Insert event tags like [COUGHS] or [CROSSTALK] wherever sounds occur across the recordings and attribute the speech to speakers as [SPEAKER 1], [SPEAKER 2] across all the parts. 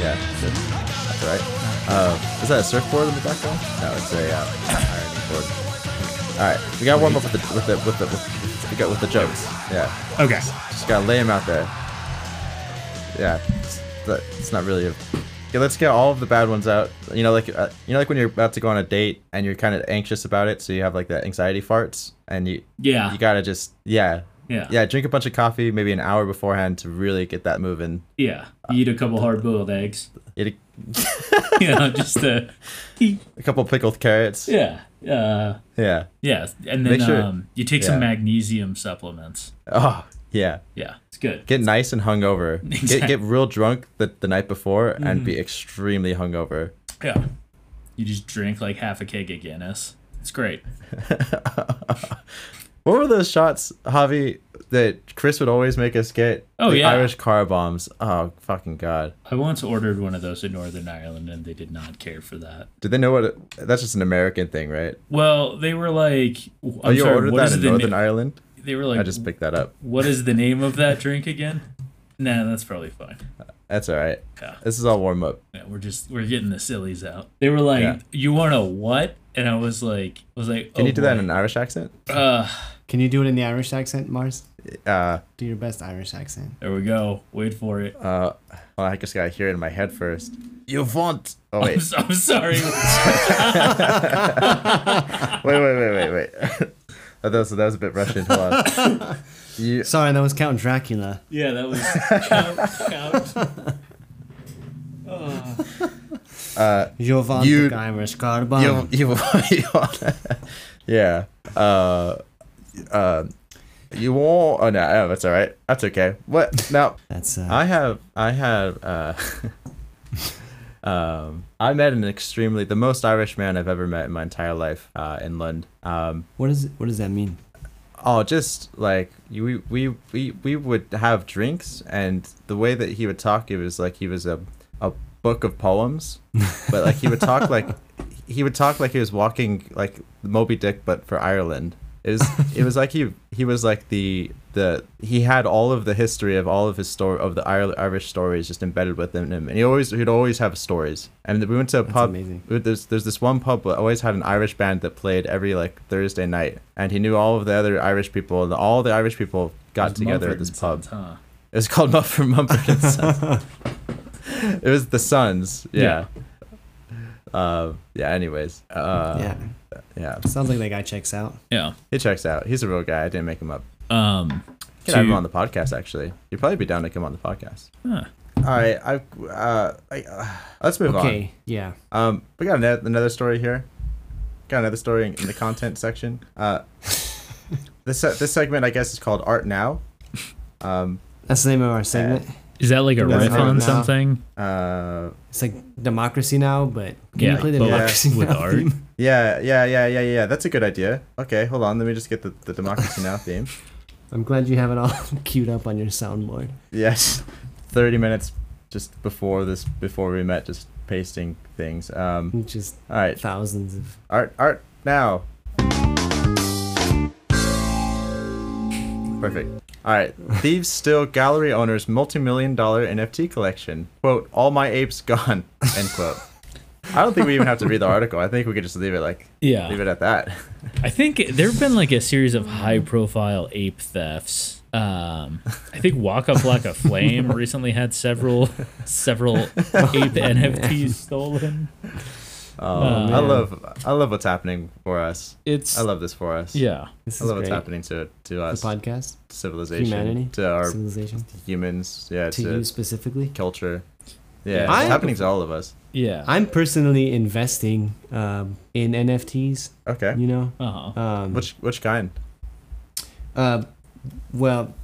[SPEAKER 1] Yeah, good. that's right. Uh, is that a surfboard in the background? No, it's a uh, [COUGHS] ironing board. All right, we got one more with the with the with the with, we got with the jokes. Yeah,
[SPEAKER 2] Okay.
[SPEAKER 1] just gotta lay them out there. Yeah, it's, that- it's not really. A, yeah, let's get all of the bad ones out. You know, like uh, you know, like when you're about to go on a date and you're kind of anxious about it, so you have like that anxiety farts, and you
[SPEAKER 3] Yeah.
[SPEAKER 1] you gotta just yeah
[SPEAKER 3] yeah.
[SPEAKER 1] yeah drink a bunch of coffee maybe an hour beforehand to really get that moving.
[SPEAKER 3] Yeah. Eat a couple hard boiled eggs. [LAUGHS]
[SPEAKER 1] Eat
[SPEAKER 3] you know, just uh,
[SPEAKER 1] a, a couple pickled carrots.
[SPEAKER 3] yeah. Uh,
[SPEAKER 1] yeah.
[SPEAKER 3] yeah. And then
[SPEAKER 1] Make sure-
[SPEAKER 3] um, you take some
[SPEAKER 1] yeah.
[SPEAKER 3] magnesium supplements.
[SPEAKER 1] Oh, yeah.
[SPEAKER 3] Yeah. It's good.
[SPEAKER 1] Get nice and
[SPEAKER 3] [LAUGHS]
[SPEAKER 1] hungover. Get
[SPEAKER 3] Exactly. Mm-hmm.
[SPEAKER 1] get real drunk the, the night before and be extremely hungover.
[SPEAKER 3] Yeah. You just drink like half a keg of Guinness. It's great.
[SPEAKER 1] What were those shots, Javi, that Chris would always make us get?
[SPEAKER 3] Oh,
[SPEAKER 1] The
[SPEAKER 3] yeah.
[SPEAKER 1] Irish car bombs. Oh, fucking God.
[SPEAKER 3] I once ordered one of those in Northern Ireland and they did not care for that.
[SPEAKER 1] Did they know what? It, that's just an American thing, right?
[SPEAKER 3] Well, they were like, I'm
[SPEAKER 1] oh, you
[SPEAKER 3] sorry,
[SPEAKER 1] ordered
[SPEAKER 3] what
[SPEAKER 1] that
[SPEAKER 3] is
[SPEAKER 1] in
[SPEAKER 3] the
[SPEAKER 1] Northern
[SPEAKER 3] na-
[SPEAKER 1] Ireland?
[SPEAKER 3] They were like,
[SPEAKER 1] I just picked that up.
[SPEAKER 3] what is the name of that drink again? Nah, that's probably fine.
[SPEAKER 1] That's all right.
[SPEAKER 3] Yeah.
[SPEAKER 1] This is all warm up.
[SPEAKER 3] Yeah, we're just we're getting the sillies out. They were like,
[SPEAKER 1] Yeah.
[SPEAKER 3] "You want a what?" And I was like, "I was like,
[SPEAKER 1] Can
[SPEAKER 3] oh
[SPEAKER 1] you do that in
[SPEAKER 3] boy.
[SPEAKER 1] an Irish accent?
[SPEAKER 3] Uh,
[SPEAKER 2] Can you do it in the Irish accent, Mars?
[SPEAKER 1] Uh,
[SPEAKER 2] Do your best Irish accent.
[SPEAKER 3] there we go. Wait for it.
[SPEAKER 1] uh, well, I just gotta hear it in my head first. You want? Oh
[SPEAKER 3] I'm,
[SPEAKER 1] wait,
[SPEAKER 3] [LAUGHS] [LAUGHS] so- I'm sorry.
[SPEAKER 1] wait, wait, wait, wait, wait. [LAUGHS] Oh, that was that was a bit Russian. Hold on. You,
[SPEAKER 2] Sorry, that was Count Dracula.
[SPEAKER 3] yeah,
[SPEAKER 1] [LAUGHS]
[SPEAKER 3] that was count, count.
[SPEAKER 2] You want
[SPEAKER 1] You-
[SPEAKER 2] the Irish car
[SPEAKER 1] you,
[SPEAKER 2] bomb.
[SPEAKER 1] [LAUGHS] you, you [LAUGHS] yeah. Uh, uh, you want? Oh no, oh, that's all right. That's okay. What? Now
[SPEAKER 2] That's uh,
[SPEAKER 1] [LAUGHS] I have, I have, uh, [LAUGHS] um, I met an extremely the most Irish man I've ever met in my entire life uh, in Lund. Um,
[SPEAKER 2] what is what does that mean?
[SPEAKER 1] Oh, just like you- we we we we would have drinks, and the way that he would talk, it was like he was a a book of poems, but like he would talk like he would talk like he was walking like Moby Dick, but for Ireland. It was it was like he he was like the the he had all of the history of all of his story of the Ire- Irish stories just embedded within him, and he always he'd always have stories. And we went to a pub.
[SPEAKER 2] amazing.
[SPEAKER 1] But There's there's this one pub that always had an Irish band that played every like Thursday night, and he knew all of the other Irish people, and all the Irish people got together at
[SPEAKER 3] Mumford
[SPEAKER 1] this
[SPEAKER 3] and
[SPEAKER 1] pub.
[SPEAKER 3] Sons, huh?
[SPEAKER 1] It was called Mumford Mumford and Sons. [LAUGHS] it was the Sons, yeah. Uh, yeah. Anyways, uh, yeah.
[SPEAKER 2] yeah, sounds like that guy checks out.
[SPEAKER 3] Yeah.
[SPEAKER 1] he checks out. He's a real guy. I didn't make him up.
[SPEAKER 3] Um.
[SPEAKER 1] Can have him
[SPEAKER 3] to-
[SPEAKER 1] on the podcast. Actually, you'd probably be down to come on the podcast.
[SPEAKER 3] huh.
[SPEAKER 1] All right, I, uh, I, uh, let's move on.
[SPEAKER 2] Okay, yeah.
[SPEAKER 1] Um, we got ano- another story here. Got another story in, in the content section. Uh, [LAUGHS] this se- this segment, I guess, is called Art Now. Um,
[SPEAKER 2] That's the name of our segment.
[SPEAKER 3] Is that like a
[SPEAKER 1] That's
[SPEAKER 3] riff
[SPEAKER 1] right
[SPEAKER 3] on
[SPEAKER 1] now.
[SPEAKER 3] something?
[SPEAKER 1] uh,
[SPEAKER 2] It's like democracy now, but can
[SPEAKER 3] yeah,
[SPEAKER 2] you play the
[SPEAKER 3] but
[SPEAKER 2] democracy
[SPEAKER 3] with
[SPEAKER 2] now
[SPEAKER 3] art.
[SPEAKER 2] theme?
[SPEAKER 1] yeah, yeah, yeah, yeah, yeah. That's a good idea. Okay, hold on. Let me just get the, the Democracy Now theme.
[SPEAKER 2] [LAUGHS] I'm glad you have it all [LAUGHS] queued up on your soundboard.
[SPEAKER 1] Yes, thirty minutes just before this, before we met, just pasting things. Um,
[SPEAKER 2] Just
[SPEAKER 1] all right,
[SPEAKER 2] thousands of
[SPEAKER 1] Art, art now. Perfect. All right. Thieves steal gallery owner's multi-million dollar NFT collection. Quote: "All my apes gone." [LAUGHS] End quote. I don't think we even have to read the article. I think we could just leave it like
[SPEAKER 3] Yeah.
[SPEAKER 1] leave it at that.
[SPEAKER 3] I think there have been like a series of high profile ape thefts. Um, I think Walk Up Like a Flame
[SPEAKER 1] [LAUGHS]
[SPEAKER 3] recently had several several ape
[SPEAKER 1] Oh,
[SPEAKER 3] NFTs stolen. Oh,
[SPEAKER 1] Um, I
[SPEAKER 2] Oh, man.
[SPEAKER 1] love I love what's happening for us.
[SPEAKER 3] It's
[SPEAKER 1] I love this for us.
[SPEAKER 3] yeah.
[SPEAKER 2] this
[SPEAKER 1] I
[SPEAKER 2] is
[SPEAKER 1] love what's
[SPEAKER 2] great.
[SPEAKER 1] happening to to
[SPEAKER 2] The
[SPEAKER 1] us,
[SPEAKER 2] podcast,
[SPEAKER 1] civilization,
[SPEAKER 2] humanity,
[SPEAKER 1] to our
[SPEAKER 2] civilization,
[SPEAKER 1] humans, yeah,
[SPEAKER 2] to
[SPEAKER 1] to,
[SPEAKER 2] you specifically.
[SPEAKER 1] culture. Yeah,
[SPEAKER 3] I-
[SPEAKER 1] it's happening to all of us.
[SPEAKER 3] Yeah.
[SPEAKER 2] I'm personally investing um, in NFTs.
[SPEAKER 1] Okay.
[SPEAKER 2] You know,
[SPEAKER 3] uh-huh.
[SPEAKER 2] um,
[SPEAKER 1] Which which kind?
[SPEAKER 2] Uh, well,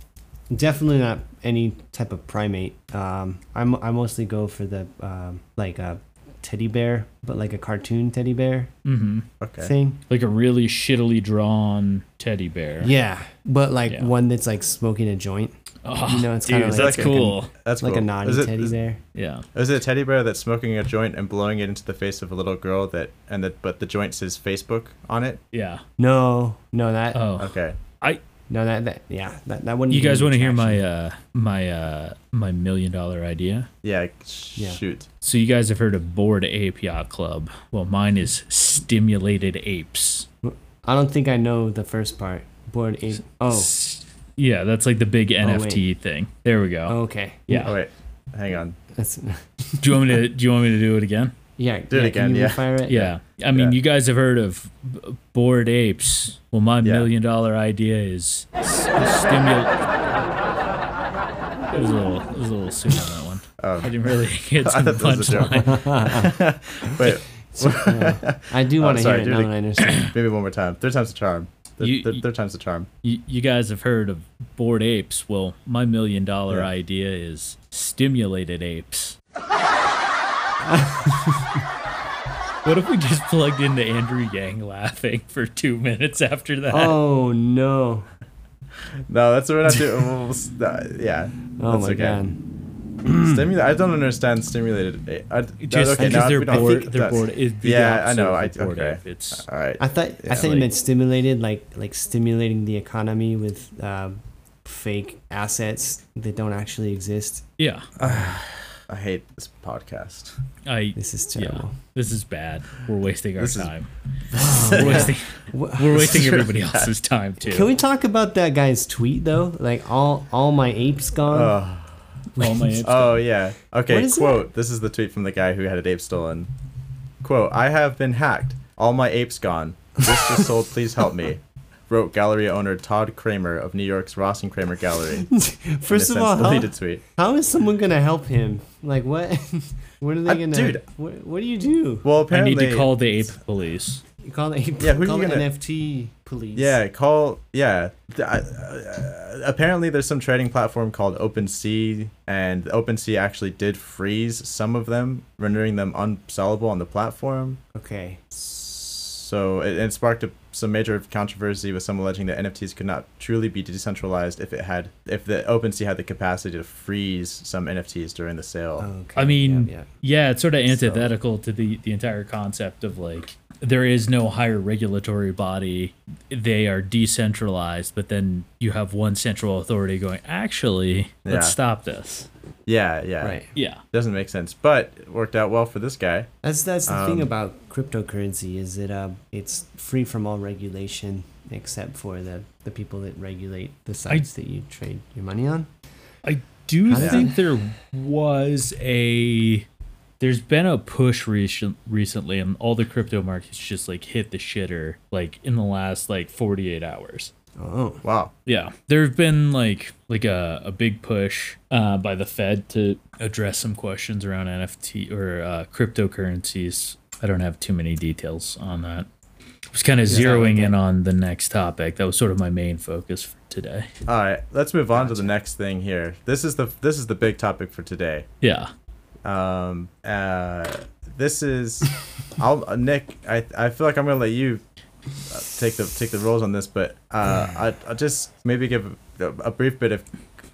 [SPEAKER 2] definitely not any type of primate. Um, I'm I mostly go for the um, like a teddy bear, but like a cartoon teddy bear
[SPEAKER 3] hmm
[SPEAKER 1] Okay.
[SPEAKER 2] thing.
[SPEAKER 3] Like a really shittily drawn teddy bear.
[SPEAKER 2] Yeah, but like
[SPEAKER 3] Yeah.
[SPEAKER 2] one that's like smoking a joint,
[SPEAKER 3] Oh,
[SPEAKER 2] You know, it's
[SPEAKER 3] dude,
[SPEAKER 2] kinda like-
[SPEAKER 3] that's
[SPEAKER 1] Like a-
[SPEAKER 3] cool.
[SPEAKER 1] That's
[SPEAKER 2] like
[SPEAKER 1] cool.
[SPEAKER 2] a naughty
[SPEAKER 1] is it,
[SPEAKER 2] teddy
[SPEAKER 1] is-
[SPEAKER 2] bear.
[SPEAKER 3] yeah.
[SPEAKER 1] is it a teddy bear that's smoking a joint and blowing it into the face of a little girl that
[SPEAKER 2] [SIGHS]
[SPEAKER 1] and that but the joint says Facebook on it?
[SPEAKER 3] Yeah.
[SPEAKER 1] Uh,
[SPEAKER 2] No, no, that
[SPEAKER 3] Oh.
[SPEAKER 1] Okay.
[SPEAKER 3] I
[SPEAKER 2] No, that, that yeah, that that wouldn't.
[SPEAKER 3] You
[SPEAKER 2] even
[SPEAKER 3] guys
[SPEAKER 2] be
[SPEAKER 3] want to hear my
[SPEAKER 2] traction.
[SPEAKER 3] uh my uh my million dollar idea?
[SPEAKER 1] Yeah, shoot.
[SPEAKER 3] So you guys have heard of Bored Ape Yacht Club? Well, mine is Stimulated Apes.
[SPEAKER 2] I don't think I know the first part. Board eight. Oh,
[SPEAKER 3] uh, S- yeah, that's like the big NFT thing. There we go.
[SPEAKER 2] okay.
[SPEAKER 3] Yeah.
[SPEAKER 1] Oh wait, hang on.
[SPEAKER 2] That's [LAUGHS]
[SPEAKER 3] Do you want me to? Do you want me to do it again?
[SPEAKER 2] yeah.
[SPEAKER 1] Do it
[SPEAKER 2] yeah,
[SPEAKER 1] again,
[SPEAKER 2] Can you
[SPEAKER 1] yeah.
[SPEAKER 2] Fire it.
[SPEAKER 3] Yeah. I
[SPEAKER 1] [LAUGHS] Yeah.
[SPEAKER 3] mean, you guys have heard of Bored Apes. Well, my
[SPEAKER 1] Yeah.
[SPEAKER 3] million dollar idea is s- stimulate. It was a little, it was a little soon on that one. I
[SPEAKER 1] Um,
[SPEAKER 3] didn't really [LAUGHS] get to
[SPEAKER 1] [LAUGHS] I
[SPEAKER 3] the
[SPEAKER 1] thought that was a joke.
[SPEAKER 3] punchline.
[SPEAKER 1] [LAUGHS] wait,
[SPEAKER 2] So, yeah. I do
[SPEAKER 1] [LAUGHS] Oh,
[SPEAKER 2] want to hear
[SPEAKER 1] sorry,
[SPEAKER 2] it
[SPEAKER 1] do it
[SPEAKER 2] now
[SPEAKER 1] ag-
[SPEAKER 2] that I
[SPEAKER 1] [COUGHS]
[SPEAKER 2] understand.
[SPEAKER 1] [CLEARS THROAT] maybe one more time. Third time's a charm. Third,
[SPEAKER 3] You-
[SPEAKER 1] third, third time's a charm.
[SPEAKER 3] You, you guys have heard of Bored Apes. Well, my million dollar
[SPEAKER 1] Yeah.
[SPEAKER 3] idea is stimulated apes. [LAUGHS] what if we just plugged into Andrew Yang laughing for two minutes after that?
[SPEAKER 2] Oh no!
[SPEAKER 1] No, that's what we're not doing. Well, s- [LAUGHS] uh, yeah,
[SPEAKER 2] Oh
[SPEAKER 1] that's
[SPEAKER 2] my god!
[SPEAKER 1] [CLEARS THROAT] Stimula- I don't understand stimulated. a- I, that-
[SPEAKER 3] just
[SPEAKER 1] okay,
[SPEAKER 3] because
[SPEAKER 1] now
[SPEAKER 3] they're
[SPEAKER 1] we don't- I
[SPEAKER 3] bored.
[SPEAKER 1] think
[SPEAKER 3] They're
[SPEAKER 1] that's-
[SPEAKER 3] bored. It'd be the
[SPEAKER 1] Yeah, I
[SPEAKER 3] opposite
[SPEAKER 1] know,
[SPEAKER 3] of
[SPEAKER 1] I-
[SPEAKER 3] a bored
[SPEAKER 1] okay.
[SPEAKER 3] ape. It's
[SPEAKER 1] All right.
[SPEAKER 2] I thought I
[SPEAKER 1] Yeah,
[SPEAKER 2] thought
[SPEAKER 1] like-
[SPEAKER 2] you meant stimulated, like like stimulating the economy with uh, fake assets that don't actually exist.
[SPEAKER 3] yeah.
[SPEAKER 1] I hate this podcast.
[SPEAKER 3] [LAUGHS] I.
[SPEAKER 2] This is
[SPEAKER 3] Yeah.
[SPEAKER 2] terrible.
[SPEAKER 3] This is bad. We're wasting our
[SPEAKER 1] This is-
[SPEAKER 3] time. We're wasting.
[SPEAKER 2] Wha-
[SPEAKER 3] We're wasting
[SPEAKER 1] really
[SPEAKER 3] everybody else's time too.
[SPEAKER 2] Can we talk about that guy's tweet though? Like all all my apes gone.
[SPEAKER 1] Oh,
[SPEAKER 3] All my apes-
[SPEAKER 1] oh yeah.
[SPEAKER 2] What
[SPEAKER 1] Okay.
[SPEAKER 2] is
[SPEAKER 1] Quote. This is the tweet from the guy who had an ape stolen. Quote: I have been hacked. All my apes gone.
[SPEAKER 3] [LAUGHS]
[SPEAKER 1] This was sold. Please help me. Wrote gallery owner Todd Kramer of New York's Ross and Kramer Gallery.
[SPEAKER 3] [LAUGHS]
[SPEAKER 1] in
[SPEAKER 2] [LAUGHS] First
[SPEAKER 1] a
[SPEAKER 2] of all,
[SPEAKER 1] sense
[SPEAKER 2] how,
[SPEAKER 1] deleted tweet.
[SPEAKER 2] how is someone gonna help him? Like what? [LAUGHS] what are they
[SPEAKER 1] Uh,
[SPEAKER 2] gonna?
[SPEAKER 1] dude.
[SPEAKER 2] what, what do you do?
[SPEAKER 1] Well,
[SPEAKER 3] I need
[SPEAKER 1] apparently,
[SPEAKER 3] to call the ape police.
[SPEAKER 2] You call the ape,
[SPEAKER 1] Yeah, who are
[SPEAKER 2] call
[SPEAKER 1] you
[SPEAKER 2] the
[SPEAKER 1] gonna-
[SPEAKER 2] NFT police.
[SPEAKER 1] Yeah, call. Yeah, Th- I- uh, apparently there's some trading platform called OpenSea, and OpenSea actually did freeze some of them, rendering them unsellable on the platform.
[SPEAKER 2] Okay.
[SPEAKER 1] So it, it sparked a, some major controversy with some alleging that NFTs could not truly be decentralized if it had if the OpenSea had the capacity to freeze some NFTs during the sale.
[SPEAKER 2] Okay.
[SPEAKER 3] I mean,
[SPEAKER 2] yeah, yeah.
[SPEAKER 3] yeah, it's sort of antithetical to the the entire concept of like there is no higher regulatory body. They are decentralized, but then you have one central authority going, actually, let's
[SPEAKER 1] Yeah.
[SPEAKER 3] stop this.
[SPEAKER 1] yeah, yeah,
[SPEAKER 2] right.
[SPEAKER 3] Yeah.
[SPEAKER 1] doesn't make sense, but it worked out well for this guy.
[SPEAKER 2] That's that's the thing
[SPEAKER 1] Um,
[SPEAKER 2] about cryptocurrency is that uh, it's free from all regulation except for the, the people that regulate the sites that you trade your money on.
[SPEAKER 3] I do
[SPEAKER 2] How did
[SPEAKER 3] think there was a there's been a push recent recently and all the crypto markets just like hit the shitter like in the last like 48 hours.
[SPEAKER 2] Oh,
[SPEAKER 1] Wow.
[SPEAKER 3] Yeah, there've been like like a, a big push uh, by the Fed to address some questions around NFT or uh, cryptocurrencies. I don't have too many details on that. I was kind of
[SPEAKER 2] that what
[SPEAKER 3] zeroing
[SPEAKER 2] they-
[SPEAKER 3] in on the next topic. That was sort of my main focus for today.
[SPEAKER 1] All right, let's move on to the next thing here. This is the this is the big topic for today.
[SPEAKER 3] Yeah.
[SPEAKER 1] Um, uh, this is, I'll uh, Nick. I I feel like I'm gonna let you uh, take the take the roles on this, but uh, I I'll just maybe give a, a brief bit of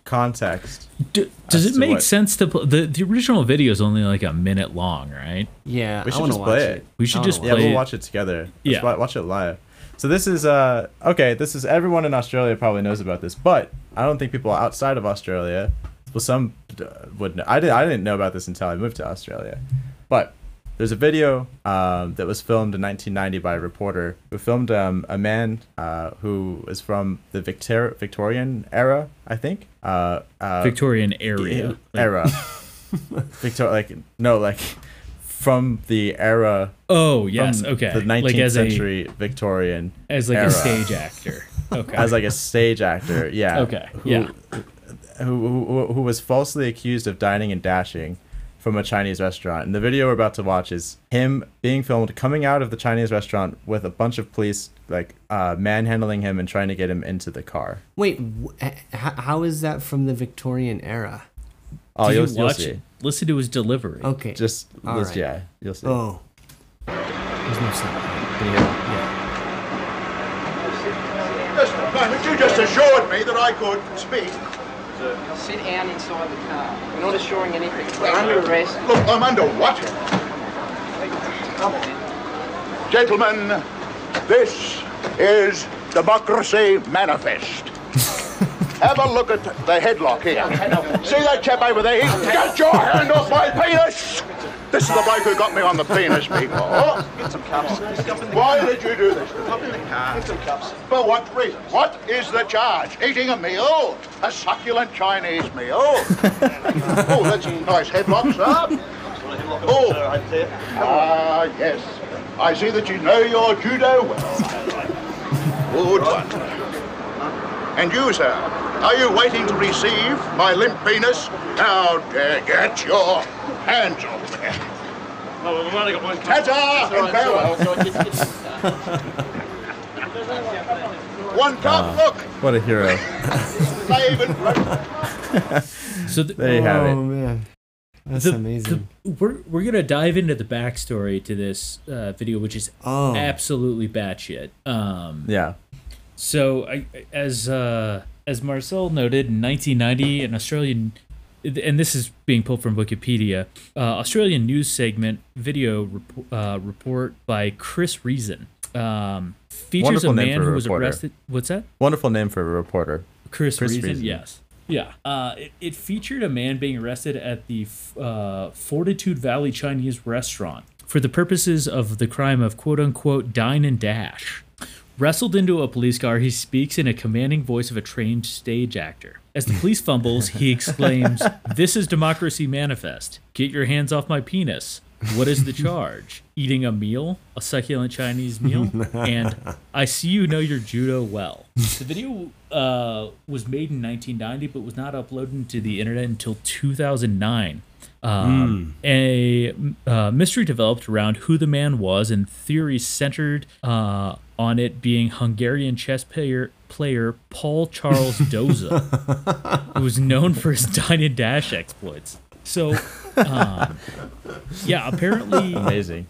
[SPEAKER 1] context.
[SPEAKER 3] Do, does
[SPEAKER 1] As
[SPEAKER 3] it
[SPEAKER 1] to
[SPEAKER 3] make
[SPEAKER 1] what-
[SPEAKER 3] sense to pl- the the original video is only like a minute long, right?
[SPEAKER 2] yeah.
[SPEAKER 1] We
[SPEAKER 2] I
[SPEAKER 1] should
[SPEAKER 2] want to
[SPEAKER 1] just
[SPEAKER 2] watch
[SPEAKER 1] play
[SPEAKER 2] it.
[SPEAKER 1] it.
[SPEAKER 3] We
[SPEAKER 2] I
[SPEAKER 3] should
[SPEAKER 2] wanna
[SPEAKER 3] just
[SPEAKER 2] watch
[SPEAKER 1] Yeah,
[SPEAKER 3] Play-
[SPEAKER 1] we'll watch it together. Let's
[SPEAKER 3] Yeah.
[SPEAKER 1] wa- watch it live. So this is uh okay. This is everyone in Australia probably knows about this, but I don't think people outside of Australia, well, some uh, would know. I did. I didn't know about this until I moved to Australia, but there's a video um, that was filmed in 1990 by a reporter who filmed um, a man uh, who is from the Victor- Victorian era, I think. Uh, uh,
[SPEAKER 3] Victorian area.
[SPEAKER 1] era.
[SPEAKER 3] Like- [LAUGHS]
[SPEAKER 1] era. Victor- like no, like from the era
[SPEAKER 3] oh yes,
[SPEAKER 1] from
[SPEAKER 3] okay.
[SPEAKER 1] The 19th
[SPEAKER 3] like as
[SPEAKER 1] century Victorian
[SPEAKER 3] a as like
[SPEAKER 1] era.
[SPEAKER 3] a
[SPEAKER 1] [LAUGHS]
[SPEAKER 3] stage actor. Okay.
[SPEAKER 1] as like a stage
[SPEAKER 3] [LAUGHS]
[SPEAKER 1] actor. Yeah.
[SPEAKER 3] okay.
[SPEAKER 1] Who,
[SPEAKER 3] yeah.
[SPEAKER 1] Who, who who was falsely accused of dining and dashing from a Chinese restaurant. And the video we're about to watch is him being filmed coming out of the Chinese restaurant with a bunch of police like uh, manhandling him and trying to get him into the car.
[SPEAKER 2] Wait, wh- h- how is that from the Victorian era?
[SPEAKER 1] Oh,
[SPEAKER 3] Did
[SPEAKER 1] you'll,
[SPEAKER 3] you
[SPEAKER 1] you'll
[SPEAKER 3] watch
[SPEAKER 1] see.
[SPEAKER 3] it? Listen to his delivery.
[SPEAKER 2] Okay.
[SPEAKER 1] Just
[SPEAKER 2] All
[SPEAKER 1] just-
[SPEAKER 2] right.
[SPEAKER 1] yeah, you'll see.
[SPEAKER 2] oh. There's no sound.
[SPEAKER 1] Can you hear-
[SPEAKER 2] Yeah.
[SPEAKER 4] Just a moment, you just assured me that I could speak.
[SPEAKER 5] Now sit down inside the car. We're not assuring anything. We're under arrest.
[SPEAKER 4] Look, I'm under what?
[SPEAKER 6] [LAUGHS]
[SPEAKER 4] Gentlemen, this is Democracy Manifest.
[SPEAKER 6] Have a look at the headlock here. See that chap over there? He's got your hand off my penis! This is the bloke who got me on the [LAUGHS] penis, people. Get some cups. Why did you do this? Up in the car. Get some cups. For what reason? What is the charge? Eating a meal? A succulent Chinese [LAUGHS] meal? oh, that's a nice headlock, sir. Oh, ah, yes. I see that you know your judo well. Good one. And you, sir, are you waiting to receive my limp penis? How dare get your hands off me? Ta-ta and farewell. [LAUGHS] One cup, look,
[SPEAKER 1] What a hero.
[SPEAKER 6] I even broke
[SPEAKER 3] So th-
[SPEAKER 1] There you have
[SPEAKER 2] oh
[SPEAKER 1] it.
[SPEAKER 2] man, that's
[SPEAKER 3] the-
[SPEAKER 2] amazing.
[SPEAKER 3] the- we're we're gonna dive into the backstory to this uh, video, which is
[SPEAKER 2] oh,
[SPEAKER 3] absolutely batshit. Um,
[SPEAKER 1] Yeah.
[SPEAKER 3] so I, as uh, as Marcel noted in 1990, an Australian, and this is being pulled from Wikipedia, uh, Australian news segment video rep- uh, report by Chris Reason um, features
[SPEAKER 1] Wonderful
[SPEAKER 3] a
[SPEAKER 1] name
[SPEAKER 3] man
[SPEAKER 1] for a
[SPEAKER 3] who was
[SPEAKER 1] reporter.
[SPEAKER 3] arrested. What's that?
[SPEAKER 1] Wonderful name for a reporter.
[SPEAKER 3] Chris,
[SPEAKER 1] Chris
[SPEAKER 3] Reason,
[SPEAKER 1] Reason.
[SPEAKER 3] yes. Yeah. Uh, it, it featured a man being arrested at the f- uh, Fortitude Valley Chinese restaurant for the purposes of the crime of quote unquote dine and dash. Wrestled into a police car, he speaks in a commanding voice of a trained stage actor. As the police fumbles, he exclaims, This is democracy manifest. Get your hands off my penis. What is the charge? Eating a meal, a succulent Chinese meal, and I see you know your judo well. The video uh, was made in 1990, but was not uploaded to the internet until 2009. Um, A uh, mystery developed around who the man was, and theories centered uh, on it being Hungarian chess player player Paul Charles Doza, who was known for his [LAUGHS] dine and dash exploits. So, um, yeah, apparently
[SPEAKER 1] Amazing.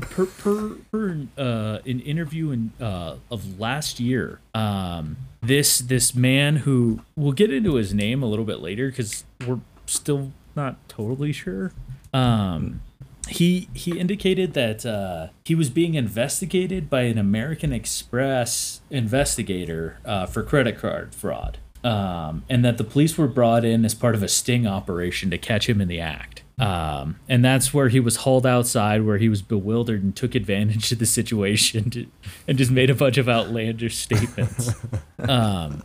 [SPEAKER 3] per, per, per uh, an interview in, uh, of last year, um, this this man who we'll get into his name a little bit later because we're still not totally sure. Um, he he indicated that uh, he was being investigated by an American Express investigator uh, for credit card fraud, um, and that the police were brought in as part of a sting operation to catch him in the act. Um, and that's where he was hauled outside, where he was bewildered and took advantage of the situation to, and just made a bunch of outlandish statements. Um,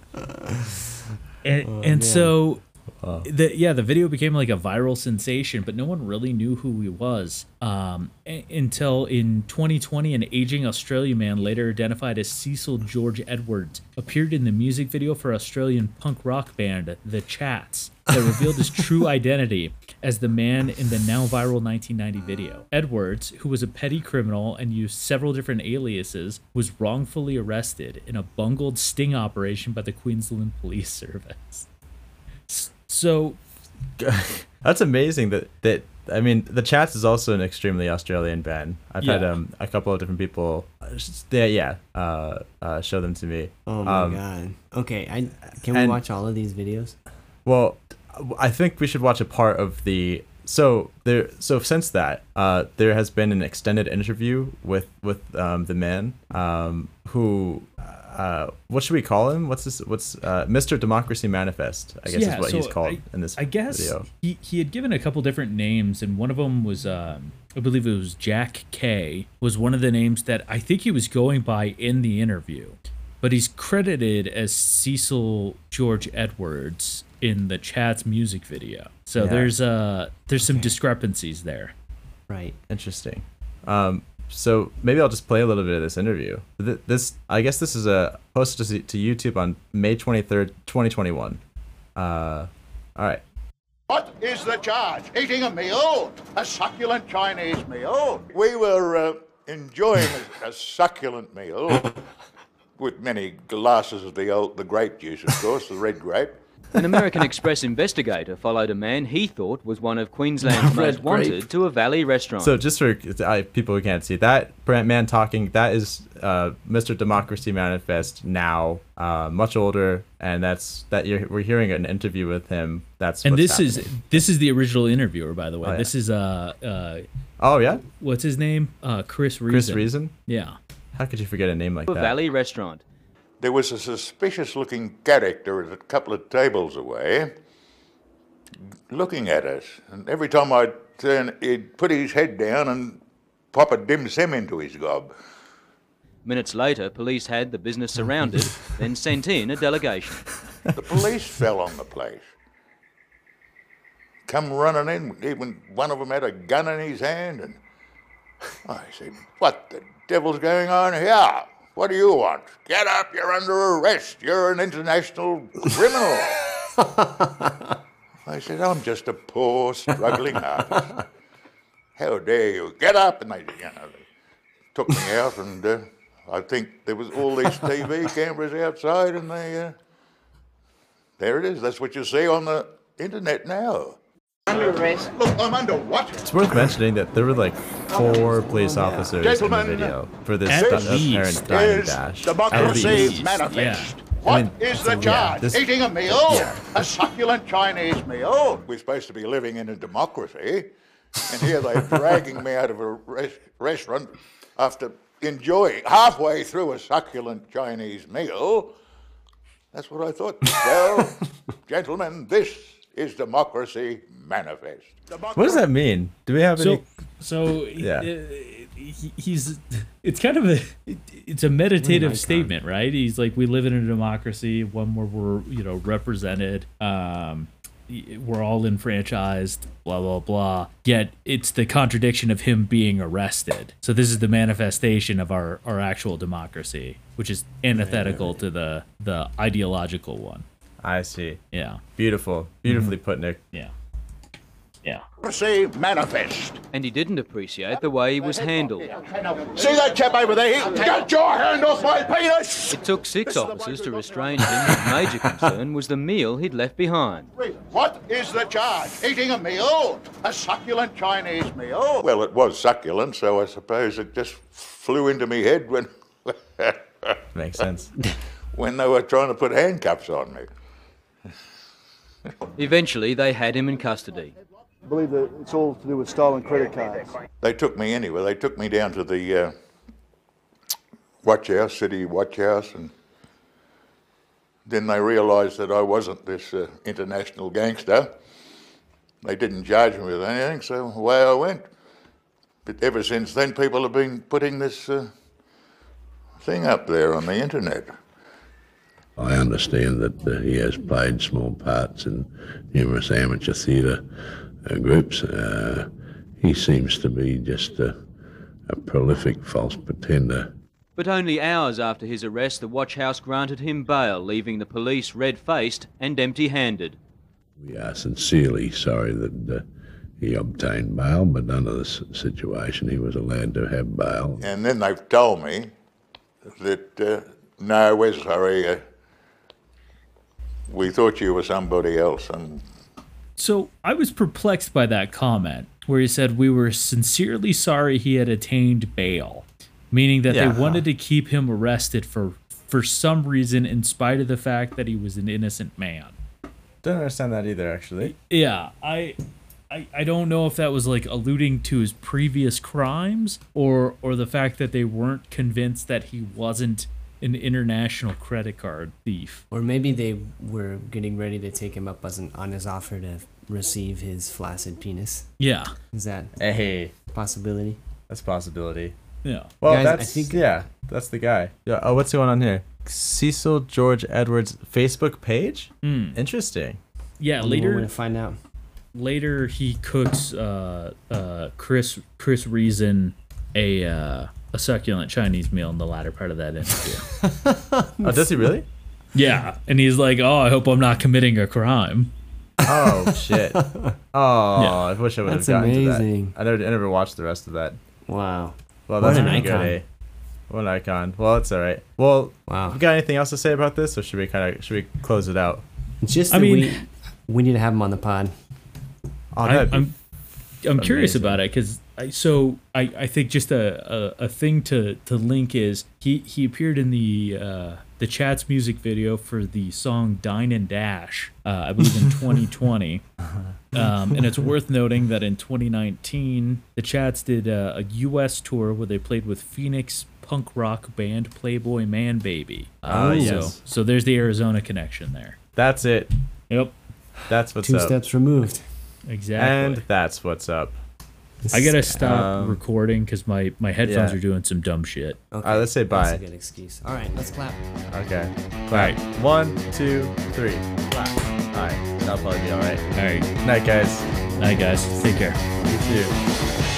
[SPEAKER 3] and and so the yeah the video became like a viral sensation but no one really knew who he was um, a- until in 2020 an aging australian man later identified as cecil george edwards appeared in the music video for australian punk rock band the chats that revealed his true identity as the man in the now viral 1990 video edwards who was a petty criminal and used several different aliases was wrongfully arrested in a bungled sting operation by the queensland police service so
[SPEAKER 1] [LAUGHS] That's amazing that that I mean the chats is also an extremely Australian band. I've had
[SPEAKER 3] Yeah.
[SPEAKER 1] um, a couple of different people, uh, s- yeah, yeah, uh, uh, show them to me.
[SPEAKER 2] oh my
[SPEAKER 1] um,
[SPEAKER 2] god. Okay, I can we
[SPEAKER 1] and-
[SPEAKER 2] watch all of these videos?
[SPEAKER 1] Well, I think we should watch a part of the. So there, so since that, uh, there has been an extended interview with with um, the man um, who, uh, what should we call him? What's this? What's uh, Mr. Democracy Manifest? I guess is what he's
[SPEAKER 3] so
[SPEAKER 1] called
[SPEAKER 3] I,
[SPEAKER 1] in this.
[SPEAKER 3] I guess
[SPEAKER 1] video.
[SPEAKER 3] he he had given a couple different names, and one of them was um, I believe it was Jack K was one of the names that I think he was going by in the interview, but he's credited as Cecil George Edwards in the Chad's music video. So
[SPEAKER 1] Yeah.
[SPEAKER 3] there's uh there's some discrepancies there.
[SPEAKER 2] Right.
[SPEAKER 1] Interesting. Um, so maybe I'll just play a little bit of this interview. Th- This, I guess, this is a posted to to YouTube on May twenty third, twenty twenty one. Uh, all right.
[SPEAKER 6] What is the charge? Eating a meal? A succulent Chinese meal? We were uh, enjoying [LAUGHS] a, a succulent meal [LAUGHS] with many glasses of the old, the grape juice, of course, the red grape.
[SPEAKER 7] An American Express investigator followed a man he thought was one
[SPEAKER 1] [LAUGHS]
[SPEAKER 7] of Queensland's most wanted to a valley restaurant.
[SPEAKER 1] So just for I, people who can't see that Brent man talking, that is uh, Mr. Democracy Manifest now, uh, much older, and that's that you're we're hearing an interview with him. That's
[SPEAKER 3] And
[SPEAKER 1] what's
[SPEAKER 3] this is
[SPEAKER 1] happening. Oh,
[SPEAKER 3] this is the original interviewer, by the way.
[SPEAKER 1] yeah.
[SPEAKER 3] This is uh uh
[SPEAKER 1] oh yeah,
[SPEAKER 3] what's his name? Uh Chris Reason.
[SPEAKER 1] Chris Reason.
[SPEAKER 3] Yeah.
[SPEAKER 1] How could you forget a name like
[SPEAKER 7] to a
[SPEAKER 1] that?
[SPEAKER 7] valley restaurant.
[SPEAKER 6] There was a suspicious looking character at a couple of tables away looking at us. And every time I'd turn, he'd put his head down and pop a dim sim into his gob.
[SPEAKER 7] Minutes later, police had the
[SPEAKER 1] [LAUGHS]
[SPEAKER 7] business surrounded, then sent in a delegation.
[SPEAKER 6] The police fell on the place. Come running in, even one of them had a gun in his hand. And I said, What the devil's going on here? What do you want? Get up, you're under arrest. You're an international criminal. I said, I'm just a poor, struggling artist. How dare you? Get up! And they, you know, they took me out, and uh, I think there was all these TV cameras outside, and they, uh, there it is. That's what you see on the internet now.
[SPEAKER 5] Under arrest.
[SPEAKER 4] Look, I'm under what?
[SPEAKER 1] It's worth mentioning that there were like four police officers
[SPEAKER 4] Gentlemen,
[SPEAKER 1] in the video for this
[SPEAKER 3] at
[SPEAKER 1] di-
[SPEAKER 3] least
[SPEAKER 1] apparent diamond
[SPEAKER 4] is
[SPEAKER 1] dash.
[SPEAKER 4] democracy
[SPEAKER 1] least.
[SPEAKER 4] manifest.
[SPEAKER 3] Yeah.
[SPEAKER 1] I
[SPEAKER 4] What
[SPEAKER 1] mean,
[SPEAKER 4] is
[SPEAKER 1] so,
[SPEAKER 4] the
[SPEAKER 1] yeah,
[SPEAKER 4] charge?
[SPEAKER 1] this-
[SPEAKER 4] Eating a meal? A succulent Chinese meal?
[SPEAKER 6] We're supposed to be living in a democracy, and here they're dragging me out of a res- restaurant after enjoying halfway through a succulent Chinese meal. That's what
[SPEAKER 1] [LAUGHS]
[SPEAKER 6] I thought. Well, gentlemen, this is democracy manifest.
[SPEAKER 1] What does that mean? Do we have any?
[SPEAKER 3] So, so
[SPEAKER 1] Yeah.
[SPEAKER 3] uh, he, he's it's kind of a it- it's a meditative statement, right? He's like, we live in a democracy, one where we're you know represented, um, y- we're all enfranchised, blah blah blah. Yet it's the contradiction of him being arrested. So this is the manifestation of our our actual democracy, which is antithetical to the the ideological one.
[SPEAKER 1] I see.
[SPEAKER 3] Yeah,
[SPEAKER 1] Beautiful, beautifully put, Nick.
[SPEAKER 3] yeah, yeah.
[SPEAKER 4] Democracy manifest.
[SPEAKER 7] And he didn't appreciate the way it was handled.
[SPEAKER 4] See that chap over there? Get your hand off my penis!
[SPEAKER 7] It took six officers to restrain him. His major concern was the meal he'd left behind.
[SPEAKER 4] What is the charge? Eating a meal? A succulent Chinese meal?
[SPEAKER 6] Well, it was succulent, so I suppose it just flew into my head when [LAUGHS]
[SPEAKER 1] Makes
[SPEAKER 2] [LAUGHS]
[SPEAKER 1] sense.
[SPEAKER 6] when they were trying to put handcuffs on me.
[SPEAKER 7] Eventually, they had him in custody.
[SPEAKER 8] I believe that it's all to do with stolen credit cards.
[SPEAKER 6] They took me anyway. They took me down to the uh, watch house, city watch house, and then they realised that I wasn't this uh, international gangster. They didn't charge me with anything, so away I went. But ever since then, people have been putting this uh, thing up there on the internet.
[SPEAKER 9] I understand that uh, he has played small parts in numerous amateur theatre uh, groups. Uh, he seems to be just a, a prolific false pretender.
[SPEAKER 7] But only hours after his arrest, the watch house granted him bail, leaving the police red faced and empty handed.
[SPEAKER 9] We are sincerely sorry that uh, he obtained bail, but under this situation, he was allowed to have bail.
[SPEAKER 6] And then they've told me that, uh, no, we're sorry, uh, we thought you were somebody else, and
[SPEAKER 3] So I was perplexed by that comment where he said we were sincerely sorry he had attained bail, meaning that
[SPEAKER 1] Yeah.
[SPEAKER 3] they wanted to keep him arrested for for some reason in spite of the fact that he was an innocent man.
[SPEAKER 1] Don't understand that either, actually.
[SPEAKER 3] Yeah, I I, I don't know if that was like alluding to his previous crimes or or the fact that they weren't convinced that he wasn't an international credit card thief.
[SPEAKER 2] Or maybe they were getting ready to take him up as an, on his offer to receive his flaccid penis.
[SPEAKER 3] Yeah.
[SPEAKER 2] Is that
[SPEAKER 1] Hey,
[SPEAKER 2] a possibility?
[SPEAKER 1] that's a possibility.
[SPEAKER 3] Yeah.
[SPEAKER 1] Well,
[SPEAKER 2] Guys, I
[SPEAKER 1] that's
[SPEAKER 2] think-
[SPEAKER 1] yeah, that's the guy. Yeah. Oh, what's going on here? Cecil George Edwards Facebook page.
[SPEAKER 2] Hmm.
[SPEAKER 1] Interesting.
[SPEAKER 3] Yeah,
[SPEAKER 2] We're
[SPEAKER 3] later
[SPEAKER 2] going to find out.
[SPEAKER 3] later he cooks uh, uh, Chris Chris Reason a uh, a succulent Chinese meal in the latter part of that interview.
[SPEAKER 2] Hmm.
[SPEAKER 1] Oh, does he really?
[SPEAKER 3] [LAUGHS] yeah, and he's like, "Oh, I hope I'm not committing a crime."
[SPEAKER 1] Oh
[SPEAKER 3] [LAUGHS]
[SPEAKER 1] shit. Oh, I wish I would have
[SPEAKER 2] That's
[SPEAKER 1] gotten
[SPEAKER 2] amazing.
[SPEAKER 1] to that. I never, I never watched the rest of that. Well,
[SPEAKER 2] Wow. What
[SPEAKER 1] that's
[SPEAKER 2] an
[SPEAKER 1] pretty good.
[SPEAKER 2] icon.
[SPEAKER 1] Eh? What an icon. Well, it's all right. Well,
[SPEAKER 2] Wow.
[SPEAKER 1] You got anything else to say about this, or should we kind of should we close it out?
[SPEAKER 2] Just
[SPEAKER 3] I
[SPEAKER 2] that
[SPEAKER 3] mean-
[SPEAKER 2] we, we need to have him on the pod.
[SPEAKER 1] Oh,
[SPEAKER 3] I,
[SPEAKER 1] that'd be
[SPEAKER 3] I'm I'm curious
[SPEAKER 1] amazing.
[SPEAKER 3] about it because I so I, I think just a, a, a thing to, to link is he, he appeared in the uh, the Chats music video for the song Dine and Dash uh, I believe
[SPEAKER 1] [LAUGHS]
[SPEAKER 3] in 2020
[SPEAKER 1] Uh-huh.
[SPEAKER 3] um, and it's worth noting that in 2019 the Chats did a, a U.S. tour where they played with Phoenix punk rock band Playboy Man Baby.
[SPEAKER 1] Ah,
[SPEAKER 3] So-
[SPEAKER 1] yes.
[SPEAKER 3] So there's the Arizona connection there.
[SPEAKER 1] That's it.
[SPEAKER 3] Yep.
[SPEAKER 1] That's what's
[SPEAKER 2] Two
[SPEAKER 1] up.
[SPEAKER 2] steps removed.
[SPEAKER 3] Exactly.
[SPEAKER 1] And that's what's up.
[SPEAKER 3] I gotta stop recording because my my headphones
[SPEAKER 1] yeah.
[SPEAKER 3] are doing some dumb shit.
[SPEAKER 2] Okay.
[SPEAKER 1] All right, let's say
[SPEAKER 2] That's a
[SPEAKER 1] bye.
[SPEAKER 2] good excuse. All right, let's clap.
[SPEAKER 1] Okay. All
[SPEAKER 3] right.
[SPEAKER 1] One, two, three. Clap. All right. That'll probably be all right.
[SPEAKER 3] All right.
[SPEAKER 1] Night, guys.
[SPEAKER 3] Night, guys. Take care.
[SPEAKER 1] You too.